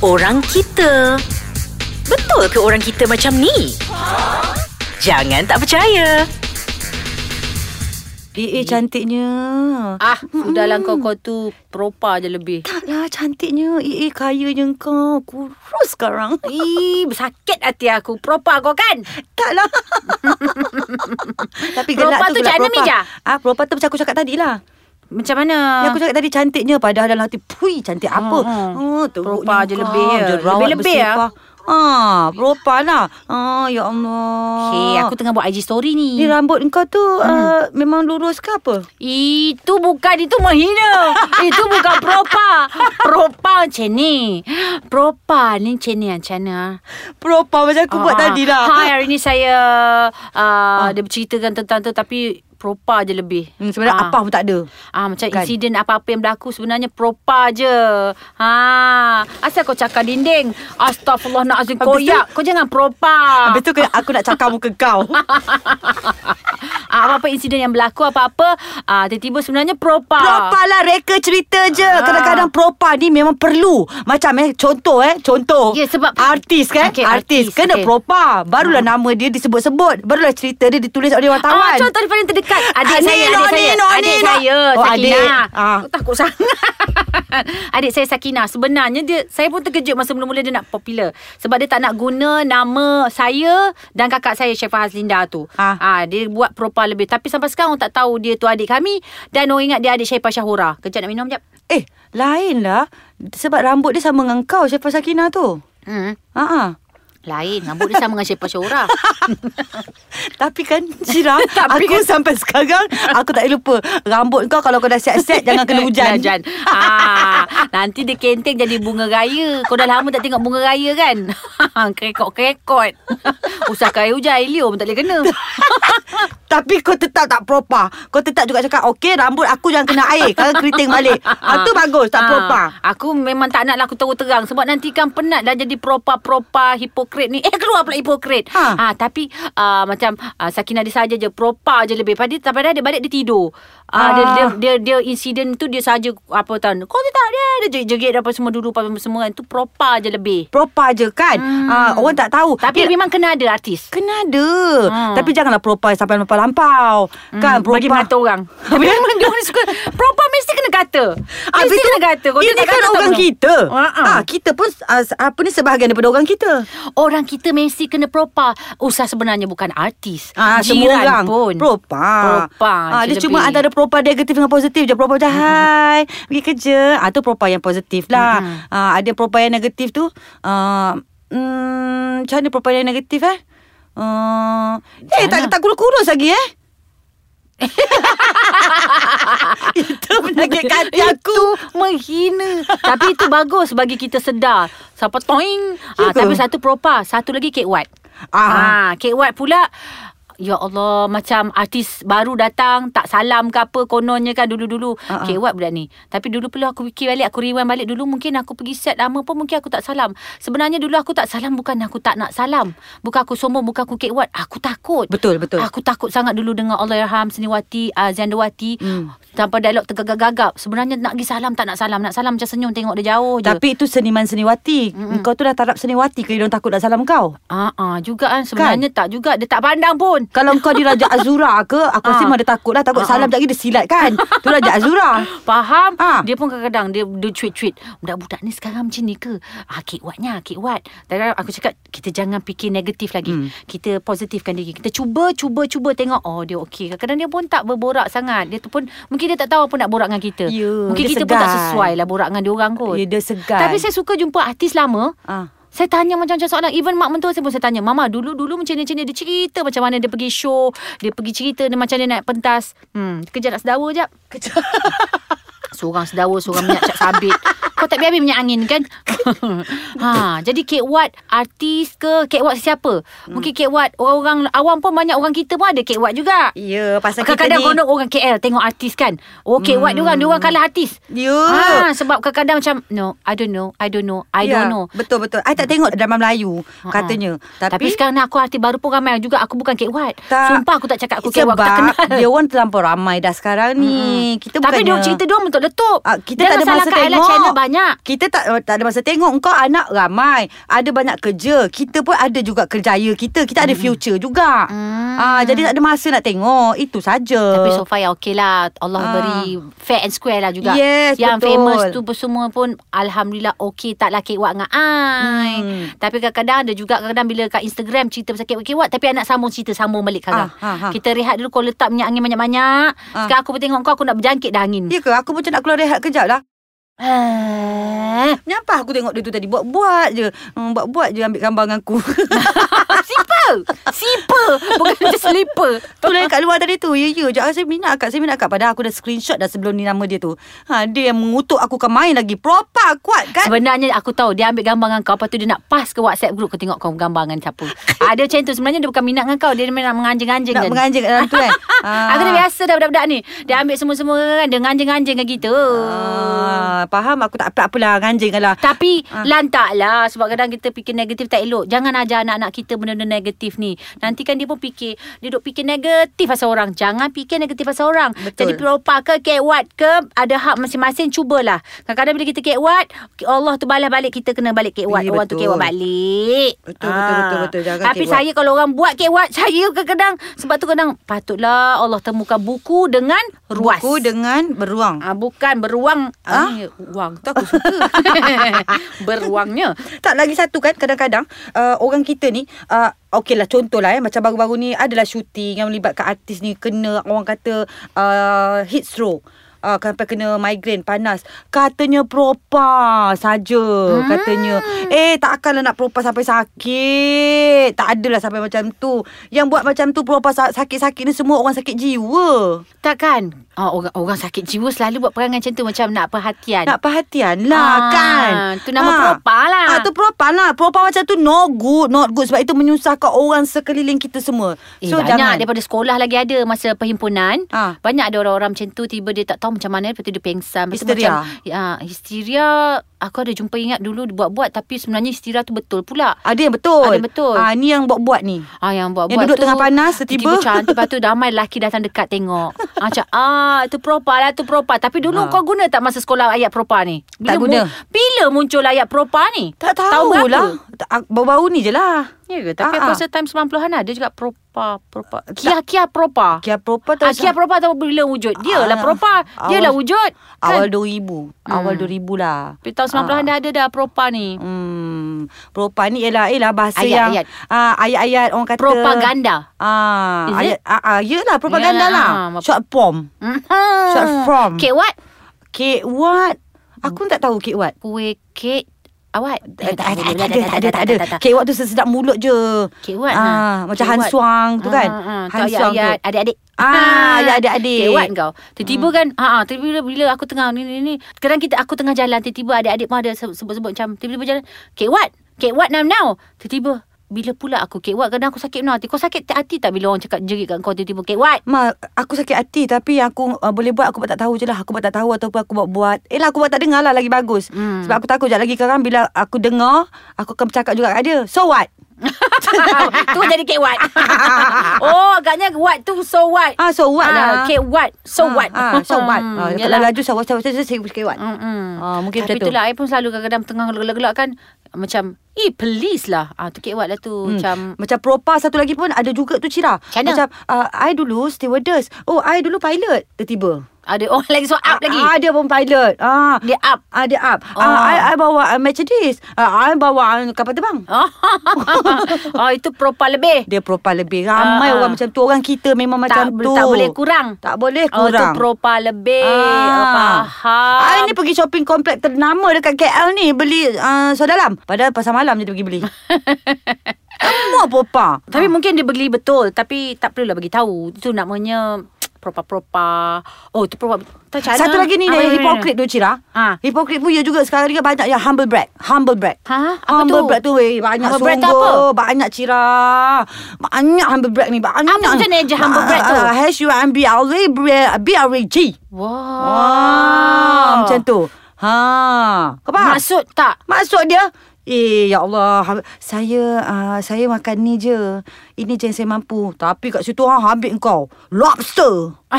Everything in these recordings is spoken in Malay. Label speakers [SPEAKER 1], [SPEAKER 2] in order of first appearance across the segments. [SPEAKER 1] orang kita. Betul ke orang kita macam ni? Jangan tak percaya.
[SPEAKER 2] PA cantiknya.
[SPEAKER 3] Ah, sudahlah kau kau tu propa je lebih.
[SPEAKER 2] Taklah Ya, cantiknya. EA kayanya kau. Kurus sekarang.
[SPEAKER 3] Ih, bersakit hati aku. Propa kau kan?
[SPEAKER 2] Taklah. Tapi
[SPEAKER 3] Propa
[SPEAKER 2] gelak tu
[SPEAKER 3] tu
[SPEAKER 2] gelak
[SPEAKER 3] macam mana, Mija? Ah.
[SPEAKER 2] Ah, propa tu macam aku cakap tadi lah.
[SPEAKER 3] Macam mana?
[SPEAKER 2] Yang aku cakap tadi cantiknya padahal dalam hati pui cantik apa.
[SPEAKER 3] Hmm.
[SPEAKER 2] Oh, teruk
[SPEAKER 3] Propa je lebih ya. Lebih-lebih ya.
[SPEAKER 2] Ah, propa lah. Ah, ya Allah.
[SPEAKER 3] Hey, aku Hmm. tengah buat IG story ni.
[SPEAKER 2] "Ah." Ni lah. rambut kau tu uh, memang lurus ke apa?
[SPEAKER 3] Itu bukan itu menghina. itu bukan propa. Propa macam ni. Propa ni macam ni macam mana?
[SPEAKER 2] Propa macam aku buat
[SPEAKER 3] Ah,
[SPEAKER 2] tadi lah. Ah.
[SPEAKER 3] Hai, hari ni saya uh, dia berceritakan tentang tu tapi propa je lebih.
[SPEAKER 2] Hmm, sebenarnya
[SPEAKER 3] Ah.
[SPEAKER 2] apa pun tak ada.
[SPEAKER 3] Ah
[SPEAKER 2] Kan?
[SPEAKER 3] macam kan. insiden apa-apa yang berlaku sebenarnya propa je. Ha, asal kau cakar dinding. Astagfirullahalazim
[SPEAKER 2] Habis
[SPEAKER 3] koyak. Kau jangan propa.
[SPEAKER 2] Habis tu ke- aku nak cakap muka kau.
[SPEAKER 3] Ah, apa-apa insiden yang berlaku apa-apa ah tiba-tiba sebenarnya propa.
[SPEAKER 2] Propa lah reka cerita je.
[SPEAKER 3] Ah.
[SPEAKER 2] Kadang-kadang propa ni memang perlu. Macam eh contoh eh contoh.
[SPEAKER 3] Ya, sebab-
[SPEAKER 2] artis kan?
[SPEAKER 3] Okey,
[SPEAKER 2] artis,
[SPEAKER 3] artis,
[SPEAKER 2] kena
[SPEAKER 3] okey.
[SPEAKER 2] propa. Barulah nama dia disebut-sebut. Barulah cerita dia ditulis oleh wartawan.
[SPEAKER 3] Ah, contoh daripada yang terdekat Adik
[SPEAKER 2] Ah,
[SPEAKER 3] saya
[SPEAKER 2] Nino,
[SPEAKER 3] Adik saya
[SPEAKER 2] Nino,
[SPEAKER 3] Adik
[SPEAKER 2] Nino.
[SPEAKER 3] saya
[SPEAKER 2] Oh,
[SPEAKER 3] Sakina
[SPEAKER 2] adik. Ah.
[SPEAKER 3] Aku Takut sangat Adik saya Sakina Sebenarnya dia Saya pun terkejut Masa mula-mula dia nak popular Sebab dia tak nak guna Nama saya Dan kakak saya Syefa Haslinda tu
[SPEAKER 2] Ah.
[SPEAKER 3] ah, Dia buat propa lebih Tapi sampai sekarang Orang tak tahu dia tu adik kami Dan orang ingat dia adik Syefa Syahura Kejap nak minum jap
[SPEAKER 2] Eh lain lah. Sebab rambut dia sama dengan kau Syefa Sakina tu.
[SPEAKER 3] hmm.
[SPEAKER 2] Ha
[SPEAKER 3] Lain Rambut dia sama dengan Syefa Syahura
[SPEAKER 2] Tapi kan Syirah
[SPEAKER 3] Tapi
[SPEAKER 2] Aku
[SPEAKER 3] kan-
[SPEAKER 2] sampai sekarang Aku tak boleh lupa Rambut kau kalau kau dah set-set Jangan kena hujan
[SPEAKER 3] Hujan. Ah, nanti dia kenteng jadi bunga raya. Kau dah lama tak tengok bunga raya kan? Kerekot-kerekot. Usah air hujan, Elio pun tak boleh kena.
[SPEAKER 2] Tapi kau tetap tak proper Kau tetap juga cakap Okey rambut aku jangan kena air Kalau keriting balik ah, tu bagus Tak
[SPEAKER 3] Ah,
[SPEAKER 2] proper
[SPEAKER 3] Aku memang tak nak lah aku terus terang. Sebab nanti kan penat dah jadi propa-propa hipokrit ni. Eh, keluar pula hipokrit.
[SPEAKER 2] Ha.
[SPEAKER 3] Ah, tapi ah, macam ah, Sakina dia saja je propa je lebih. Pada pada dia balik dia tidur. Ah, Dia,
[SPEAKER 2] Ah.
[SPEAKER 3] dia, dia, dia insiden tu dia saja apa tahu. Kau tu tak ada. Dia jerit-jerit apa semua dulu apa semua kan. Tu propa je lebih.
[SPEAKER 2] Proper je kan
[SPEAKER 3] Hmm.
[SPEAKER 2] ah, Orang tak tahu
[SPEAKER 3] Tapi memang kena ada artis.
[SPEAKER 2] Kena ada
[SPEAKER 3] Hmm.
[SPEAKER 2] Tapi janganlah proper sampai lampau-lampau Kan proper
[SPEAKER 3] Bagi mata orang. Tapi memang dia orang suka proper mesti kena kata.
[SPEAKER 2] Ah,
[SPEAKER 3] Mesti
[SPEAKER 2] betul.
[SPEAKER 3] kena kata. Kau
[SPEAKER 2] Ini kan
[SPEAKER 3] tak kata, tak Ha,
[SPEAKER 2] orang
[SPEAKER 3] boleh.
[SPEAKER 2] kita
[SPEAKER 3] Ha-ha.
[SPEAKER 2] ah, Kita pun ah, Apa ni sebahagian daripada orang kita
[SPEAKER 3] Orang kita mesti kena proper. Usah sebenarnya bukan artis.
[SPEAKER 2] Ah, semua
[SPEAKER 3] Jiran
[SPEAKER 2] orang
[SPEAKER 3] pun.
[SPEAKER 2] Propa
[SPEAKER 3] Propa,
[SPEAKER 2] ah, Dia
[SPEAKER 3] cik
[SPEAKER 2] cuma
[SPEAKER 3] lebih.
[SPEAKER 2] antara propa negatif dengan positif je Propa macam hai Pergi kerja ah, tu propa yang positif lah
[SPEAKER 3] Mhm.
[SPEAKER 2] ah, Ada propa yang negatif tu ah, hmm, Macam mana propa yang negatif eh Uh, eh
[SPEAKER 3] Macam
[SPEAKER 2] tak,
[SPEAKER 3] mana?
[SPEAKER 2] tak kurus-kurus lagi eh Itu menakutkan hati aku
[SPEAKER 3] Itu menghina Tapi itu bagus Bagi kita sedar Siapa toing
[SPEAKER 2] Ya
[SPEAKER 3] ah,
[SPEAKER 2] ke?
[SPEAKER 3] Tapi satu propa Satu lagi Kate White
[SPEAKER 2] ah,
[SPEAKER 3] Ah, Kate White pula Ya Allah Macam artis baru datang Tak salam ke apa Kononnya kan dulu-dulu
[SPEAKER 2] Ah, ah.
[SPEAKER 3] uh-uh. Kate White budak ni Tapi dulu perlu aku fikir balik Aku rewind balik dulu Mungkin aku pergi set lama pun Mungkin aku tak salam Sebenarnya dulu aku tak salam Bukan aku tak nak salam Bukan aku sombong Bukan aku Kate White Aku takut
[SPEAKER 2] Betul betul
[SPEAKER 3] Aku takut sangat dulu dengan Allahyarham Seniwati uh, Zandawati
[SPEAKER 2] Hmm.
[SPEAKER 3] Tanpa dialog tergagap-gagap Sebenarnya nak pergi salam Tak nak salam Nak salam macam senyum Tengok dia jauh je
[SPEAKER 2] Tapi itu seniman seniwati
[SPEAKER 3] Mm-mm.
[SPEAKER 2] Kau tu dah tarap seniwati ke Dia orang takut nak salam kau
[SPEAKER 3] Ah, ah juga kan Sebenarnya tak juga Dia tak pandang pun
[SPEAKER 2] Kalau kau di Raja Azura ke Aku rasa
[SPEAKER 3] Ah.
[SPEAKER 2] memang dia takut lah Takut
[SPEAKER 3] Ah,
[SPEAKER 2] salam
[SPEAKER 3] ah.
[SPEAKER 2] sekejap lagi dia silat kan Tu Raja Azura
[SPEAKER 3] Faham?
[SPEAKER 2] Ha.
[SPEAKER 3] Ha. Dia pun kadang-kadang dia, dia tweet-tweet. Budak-budak ni sekarang macam ni ke? Ah, Kate Watnya, Kate Wat. Kadang-kadang aku cakap, kita jangan fikir negatif lagi.
[SPEAKER 2] Hmm.
[SPEAKER 3] Hmm. Kita positifkan diri. Kita cuba, cuba, cuba tengok. Oh, dia okey. Kadang-kadang dia pun tak berborak sangat. Dia tu pun, mungkin dia tak tahu apa nak borak dengan kita.
[SPEAKER 2] Ya,
[SPEAKER 3] mungkin
[SPEAKER 2] dia
[SPEAKER 3] kita pun tak
[SPEAKER 2] segan.
[SPEAKER 3] sesuai lah borak dengan dia orang kot.
[SPEAKER 2] Ya dia segan
[SPEAKER 3] Tapi saya suka jumpa artis lama.
[SPEAKER 2] ah.
[SPEAKER 3] Saya tanya macam-macam soalan Even mak mentua saya pun saya tanya Mama dulu-dulu macam ni macam ni Dia cerita macam mana dia pergi show Dia pergi cerita dia macam dia naik pentas Hmm Kerja nak sedawa jap Kerja Seorang sedawa Seorang minyak cap sabit Kau tak biar habis minyak angin kan ha, Jadi Kate Watt Artis ke Kate Watt siapa Mungkin
[SPEAKER 2] Hmm.
[SPEAKER 3] Kate Watt Orang-orang awam pun Banyak orang kita pun ada Kate Watt juga
[SPEAKER 2] Ya pasal kita
[SPEAKER 3] Kadang-kadang
[SPEAKER 2] ni
[SPEAKER 3] konon orang KL Tengok artis kan Oh Kate Watt dia orang Dia orang kalah artis
[SPEAKER 2] Ya
[SPEAKER 3] Ah, sebab kadang-kadang macam No I don't know I don't know I
[SPEAKER 2] Ya,
[SPEAKER 3] don't know
[SPEAKER 2] Betul-betul I tak tengok drama Melayu Katanya
[SPEAKER 3] tapi, tapi
[SPEAKER 2] Tapi,
[SPEAKER 3] sekarang ni aku artis baru pun ramai juga Aku bukan Kate White
[SPEAKER 2] Tak.
[SPEAKER 3] Sumpah aku tak cakap aku Kate
[SPEAKER 2] Sebab
[SPEAKER 3] White Aku tak kenal
[SPEAKER 2] dia orang terlampau ramai dah sekarang ni Kita
[SPEAKER 3] Tapi
[SPEAKER 2] bukannya
[SPEAKER 3] dia orang cerita dia orang untuk letup
[SPEAKER 2] Ah, kita
[SPEAKER 3] Jangan
[SPEAKER 2] tak ada masa
[SPEAKER 3] salahkan I lah,
[SPEAKER 2] tengok.
[SPEAKER 3] channel banyak
[SPEAKER 2] Kita tak tak ada masa tengok tengok engkau anak ramai, ada banyak kerja. Kita pun ada juga kerjaya kita. Kita ada future juga.
[SPEAKER 3] Hmm.
[SPEAKER 2] Ah, jadi tak ada masa nak tengok. Itu saja.
[SPEAKER 3] Tapi so far ya okey lah Allah
[SPEAKER 2] Ah.
[SPEAKER 3] beri fair and square lah juga
[SPEAKER 2] Yes,
[SPEAKER 3] Yang
[SPEAKER 2] betul.
[SPEAKER 3] famous tu pun semua pun Alhamdulillah okey taklah kewak dengan I
[SPEAKER 2] Hmm.
[SPEAKER 3] Tapi kadang-kadang ada juga Kadang-kadang bila kat Instagram cerita pasal kewak-kewak Tapi anak sambung cerita sambung balik kadang
[SPEAKER 2] Ah, ah, ah.
[SPEAKER 3] Kita rehat dulu kau letak minyak angin banyak-banyak Sekarang aku pun tengok kau aku nak berjangkit dah angin
[SPEAKER 2] Ya ke? Aku macam nak keluar rehat kejap lah.
[SPEAKER 3] Ah.
[SPEAKER 2] Menyampah aku tengok dia tu tadi. Buat-buat je. Hmm, buat-buat je ambil gambar dengan aku.
[SPEAKER 3] Sipa Sipa Bukan macam slipper
[SPEAKER 2] tu lah yang kat luar tadi tu. Ya, ya. Sekejap saya minat akak. Saya minat akak. Padahal aku dah screenshot dah sebelum ni nama dia tu. Ha, dia yang mengutuk aku kan main lagi. Proper kuat kan?
[SPEAKER 3] Sebenarnya aku tahu Dia ambil gambar dengan kau Lepas tu dia nak pass ke WhatsApp group Kau tengok kau gambar dengan siapa Ada macam tu Sebenarnya dia bukan minat dengan kau Dia memang menganjing-anjing
[SPEAKER 2] nak
[SPEAKER 3] kan.
[SPEAKER 2] menganjing kat dalam tu kan? Ah.
[SPEAKER 3] Aku dah biasa dah budak-budak ni Dia ambil semua-semua kan Dia nganjing-nganjing kan kita
[SPEAKER 2] Ah, faham aku tak apa apalah anjing lah.
[SPEAKER 3] Tapi lantak lah Sebab kadang kita fikir negatif tak elok Jangan ajar anak-anak kita Benda-benda negatif ni Nanti kan dia pun fikir Dia duk fikir negatif pasal orang Jangan fikir negatif pasal orang
[SPEAKER 2] Betul.
[SPEAKER 3] Jadi peropak ke kewat ke Ada hak masing-masing Cubalah Kadang-kadang bila kita kewat Allah tu balas balik Kita kena balik kewat
[SPEAKER 2] Ya,
[SPEAKER 3] Orang tu
[SPEAKER 2] betul.
[SPEAKER 3] kewat balik Ah.
[SPEAKER 2] Betul, betul, betul, betul. Jangan
[SPEAKER 3] Tapi
[SPEAKER 2] kewat.
[SPEAKER 3] saya tapi kalau orang buat kewat Saya kadang-kadang Sebab tu kadang Patutlah Allah temukan buku dengan ruas
[SPEAKER 2] Buku dengan beruang.
[SPEAKER 3] Ah, bukan beruang
[SPEAKER 2] Ah?
[SPEAKER 3] ah? Uang tu aku suka Beruangnya
[SPEAKER 2] Tak lagi satu kan kadang-kadang uh, orang kita ni uh, Okey lah contohlah eh Macam baru-baru ni adalah syuting yang melibatkan artis ni Kena orang kata uh, heat stroke Uh, sampai kena migraine panas katanya propa saja hmm. katanya eh takkanlah nak propa sampai sakit tak adalah sampai macam tu yang buat macam tu propa sa- sakit-sakit ni semua orang sakit jiwa
[SPEAKER 3] Takkan ah, orang, orang sakit jiwa selalu buat perangai macam tu Macam nak perhatian
[SPEAKER 2] Nak perhatian lah
[SPEAKER 3] Ah,
[SPEAKER 2] ah, kan
[SPEAKER 3] tu nama propa lah.
[SPEAKER 2] ah, Tu propa lah Propa macam tu no good Not good Sebab itu menyusahkan orang sekeliling kita semua
[SPEAKER 3] Eh, so, banyak daripada sekolah lagi ada masa perhimpunan.
[SPEAKER 2] Ah.
[SPEAKER 3] Banyak ada orang-orang macam tu tiba dia tak tahu macam mana lepas tu dia pengsan. Lepas tu
[SPEAKER 2] Histeria.
[SPEAKER 3] Macam, ah, histeria aku ada jumpa ingat dulu dia buat-buat tapi sebenarnya histeria tu betul pula.
[SPEAKER 2] Ada yang Ah, betul
[SPEAKER 3] Ada yang betul.
[SPEAKER 2] ah, Ni yang buat-buat ni
[SPEAKER 3] Ah yang buat-buat
[SPEAKER 2] Yang duduk
[SPEAKER 3] tu,
[SPEAKER 2] tengah panas, tiba-tiba.
[SPEAKER 3] cantik Lepas tu ramai lelaki datang dekat tengok ah, Macam ah tu propa lah tu propa Tapi dulu
[SPEAKER 2] Ah.
[SPEAKER 3] kau guna tak masa sekolah ayat propa ni?
[SPEAKER 2] Tak guna.
[SPEAKER 3] mu- Bila muncul ayat propa ni?
[SPEAKER 2] Tak
[SPEAKER 3] Tahun
[SPEAKER 2] tahu
[SPEAKER 3] berapa?
[SPEAKER 2] lah Tak- Baru-baru ni je lah
[SPEAKER 3] Ya ke? Tapi
[SPEAKER 2] Ah,
[SPEAKER 3] aku
[SPEAKER 2] ah.
[SPEAKER 3] rasa time 90-an ada juga propa propa Kia-kia propa
[SPEAKER 2] Kia propa tu
[SPEAKER 3] Ah, Kia propa tahu bila wujud Dia lah
[SPEAKER 2] Ah.
[SPEAKER 3] propa Dia
[SPEAKER 2] Awal-
[SPEAKER 3] lah wujud
[SPEAKER 2] Awal
[SPEAKER 3] kan?
[SPEAKER 2] 2000 Awal 2000 lah
[SPEAKER 3] Tapi tahun 90-an dah ada dah propa ni
[SPEAKER 2] Hmm, propa ni ialah ialah bahasa
[SPEAKER 3] Ayat,
[SPEAKER 2] yang
[SPEAKER 3] ayat.
[SPEAKER 2] ah, ayat-ayat orang kata
[SPEAKER 3] Propaganda
[SPEAKER 2] Ah,
[SPEAKER 3] Is it?
[SPEAKER 2] ayat ah, ah yalah propaganda
[SPEAKER 3] Yalah, ah,
[SPEAKER 2] lah. Short form. Short form.
[SPEAKER 3] Kek Mhm. what?
[SPEAKER 2] Cake what? Aku pun tak tahu cake what.
[SPEAKER 3] Kue kek Awak
[SPEAKER 2] Eh, Tak ada, tak ada, tak ada, tak ada. Cake what tu sesedap mulut je.
[SPEAKER 3] Cake what, ha.
[SPEAKER 2] Ah, macam
[SPEAKER 3] Cake what.
[SPEAKER 2] hansuang tu kan. Hansuang
[SPEAKER 3] Hansuang ayat,
[SPEAKER 2] tu.
[SPEAKER 3] ya,
[SPEAKER 2] Hmm.
[SPEAKER 3] Adik-adik
[SPEAKER 2] Ah, ya, adik-adik.
[SPEAKER 3] Kewat kau Tiba-tiba kan ha, ha, Tiba-tiba bila aku tengah ni, ni, ni Kadang kita aku tengah jalan Tiba-tiba adik-adik pun ada se- sebut-sebut Macam tiba-tiba jalan Kewat Kewat now now Tiba-tiba bila pula aku kewat Kadang aku sakit now hati Kau sakit hati tak Bila orang cakap jerit kat kau Tiba-tiba kewat
[SPEAKER 2] Ma, aku sakit hati tapi yang aku uh, boleh buat aku buat tak tahu je lah. Aku buat tak tahu ataupun aku buat buat. Eh lah aku buat tak dengar lah lagi bagus.
[SPEAKER 3] Hmm.
[SPEAKER 2] Sebab aku takut jap lagi sekarang bila aku dengar, aku akan bercakap juga kat dia. So what?
[SPEAKER 3] Tu jadi kewat Oh agaknya what tu so what
[SPEAKER 2] Ah, so what lah.
[SPEAKER 3] Kewat So
[SPEAKER 2] Ah,
[SPEAKER 3] what Hmm,
[SPEAKER 2] Ah, so what? Ah,
[SPEAKER 3] Yalah.
[SPEAKER 2] kalau laju so what, so what, so what, so what, so what.
[SPEAKER 3] Mm-mm.
[SPEAKER 2] Ah, mungkin macam
[SPEAKER 3] Tapi
[SPEAKER 2] tu.
[SPEAKER 3] itulah I pun selalu kadang-kadang Tengah gelak-gelak kan Macam Eh please lah ah, Tu kewat lah tu hmm. Macam
[SPEAKER 2] Macam propa satu lagi pun ada juga tu Cira.
[SPEAKER 3] Macam mana?
[SPEAKER 2] Macam uh, I dulu stewardess. Oh, I dulu pilot tiba-tiba.
[SPEAKER 3] Ada orang lagi So up lagi
[SPEAKER 2] Ah, dia pun pilot. Ah.
[SPEAKER 3] Dia up
[SPEAKER 2] Ah, dia up.
[SPEAKER 3] Oh.
[SPEAKER 2] Ah, I, I bawa uh, Mercedes. Ah, I bawa uh, kapal terbang.
[SPEAKER 3] Oh itu propa lebih
[SPEAKER 2] Dia propa lebih. Ramai
[SPEAKER 3] Ah, ah.
[SPEAKER 2] orang macam tu. Orang kita memang
[SPEAKER 3] tak,
[SPEAKER 2] macam tu.
[SPEAKER 3] tak boleh kurang
[SPEAKER 2] Tak boleh
[SPEAKER 3] Oh tu
[SPEAKER 2] kurang.
[SPEAKER 3] propa lebih ah. Faham
[SPEAKER 2] I ni pergi shopping komplek ternama dekat KL ni beli uh, soda dalam. Padahal pasar malam je dia pergi beli. Semua propa.
[SPEAKER 3] Tapi mungkin dia beli betul Tapi tak perlulah bagi tahu Itu namanya Propa-propa Oh tu propa Tak macam mana
[SPEAKER 2] Satu lagi ni
[SPEAKER 3] Ah,
[SPEAKER 2] ah,
[SPEAKER 3] mana, mana,
[SPEAKER 2] hipokrit tu Cira.
[SPEAKER 3] Ah.
[SPEAKER 2] Ah. Hipokrit pun ya juga sekarang ni kan banyak yang humble brag. Humble brag.
[SPEAKER 3] Ha? Apa
[SPEAKER 2] humble
[SPEAKER 3] tu?
[SPEAKER 2] brag tu weh banyak
[SPEAKER 3] Humble brag
[SPEAKER 2] sungguh.
[SPEAKER 3] tu
[SPEAKER 2] Banyak Cira. Banyak humble brag ni. Banyak.
[SPEAKER 3] Apa macam mana je humble brag tu?
[SPEAKER 2] Ah, Hash you and B-R-A-G.
[SPEAKER 3] Wah
[SPEAKER 2] Wah. Macam tu. Ha. Kau faham?
[SPEAKER 3] Maksud tak
[SPEAKER 2] Maksud dia Eh ya Allah hab- Saya uh, Saya makan ni je Ini je yang saya mampu Tapi kat situ ha, Habis kau Lobster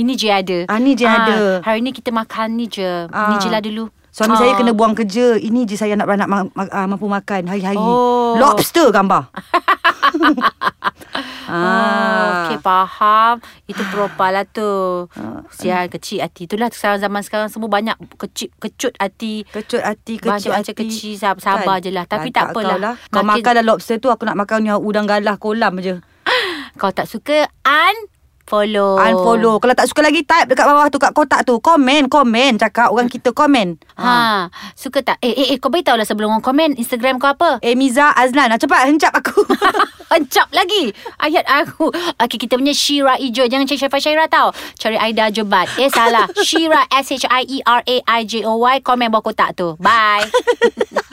[SPEAKER 3] Ini je ada
[SPEAKER 2] Ah, ni je ada.
[SPEAKER 3] Hari ni kita makan ni je Ni
[SPEAKER 2] Ah.
[SPEAKER 3] je lah dulu
[SPEAKER 2] Suami
[SPEAKER 3] Ah.
[SPEAKER 2] saya kena buang kerja. Ini je saya nak nak ma- ma- ah, mampu makan hari-hari.
[SPEAKER 3] Oh.
[SPEAKER 2] Lobster gambar. ah.
[SPEAKER 3] Ah. Okay faham Itu propal lah tu Sial kecil hati Itulah sekarang zaman sekarang Semua banyak kecil kecut hati
[SPEAKER 2] Kecut hati,
[SPEAKER 3] Banyak
[SPEAKER 2] kecil
[SPEAKER 3] macam
[SPEAKER 2] hati. Kan?
[SPEAKER 3] kecil, sab- sabar je lah. Tapi tak
[SPEAKER 2] kau
[SPEAKER 3] apalah.
[SPEAKER 2] Kau
[SPEAKER 3] Makin-
[SPEAKER 2] makan dah lobster tu, aku nak makan yang udang galah kolam je.
[SPEAKER 3] Kau tak suka Unfollow
[SPEAKER 2] Unfollow. Kalau tak suka lagi, type dekat bawah tu, kat kotak tu. Comment, comment. Cakap orang kita comment. Ah.
[SPEAKER 3] Ha, suka tak? Eh, eh, eh, kau beritahu lah sebelum orang komen Instagram kau apa?
[SPEAKER 2] Eh, Miza Azlan. Ah, Cepat, hencap aku.
[SPEAKER 3] Encap lagi Ayat aku Okay kita punya Shira Ijo Jangan cari Syafa Syaira tau Cari Aida Jebat Eh E salah Shira S-H-I-E-R-A-I-J-O-Y Komen bawah kotak tu Bye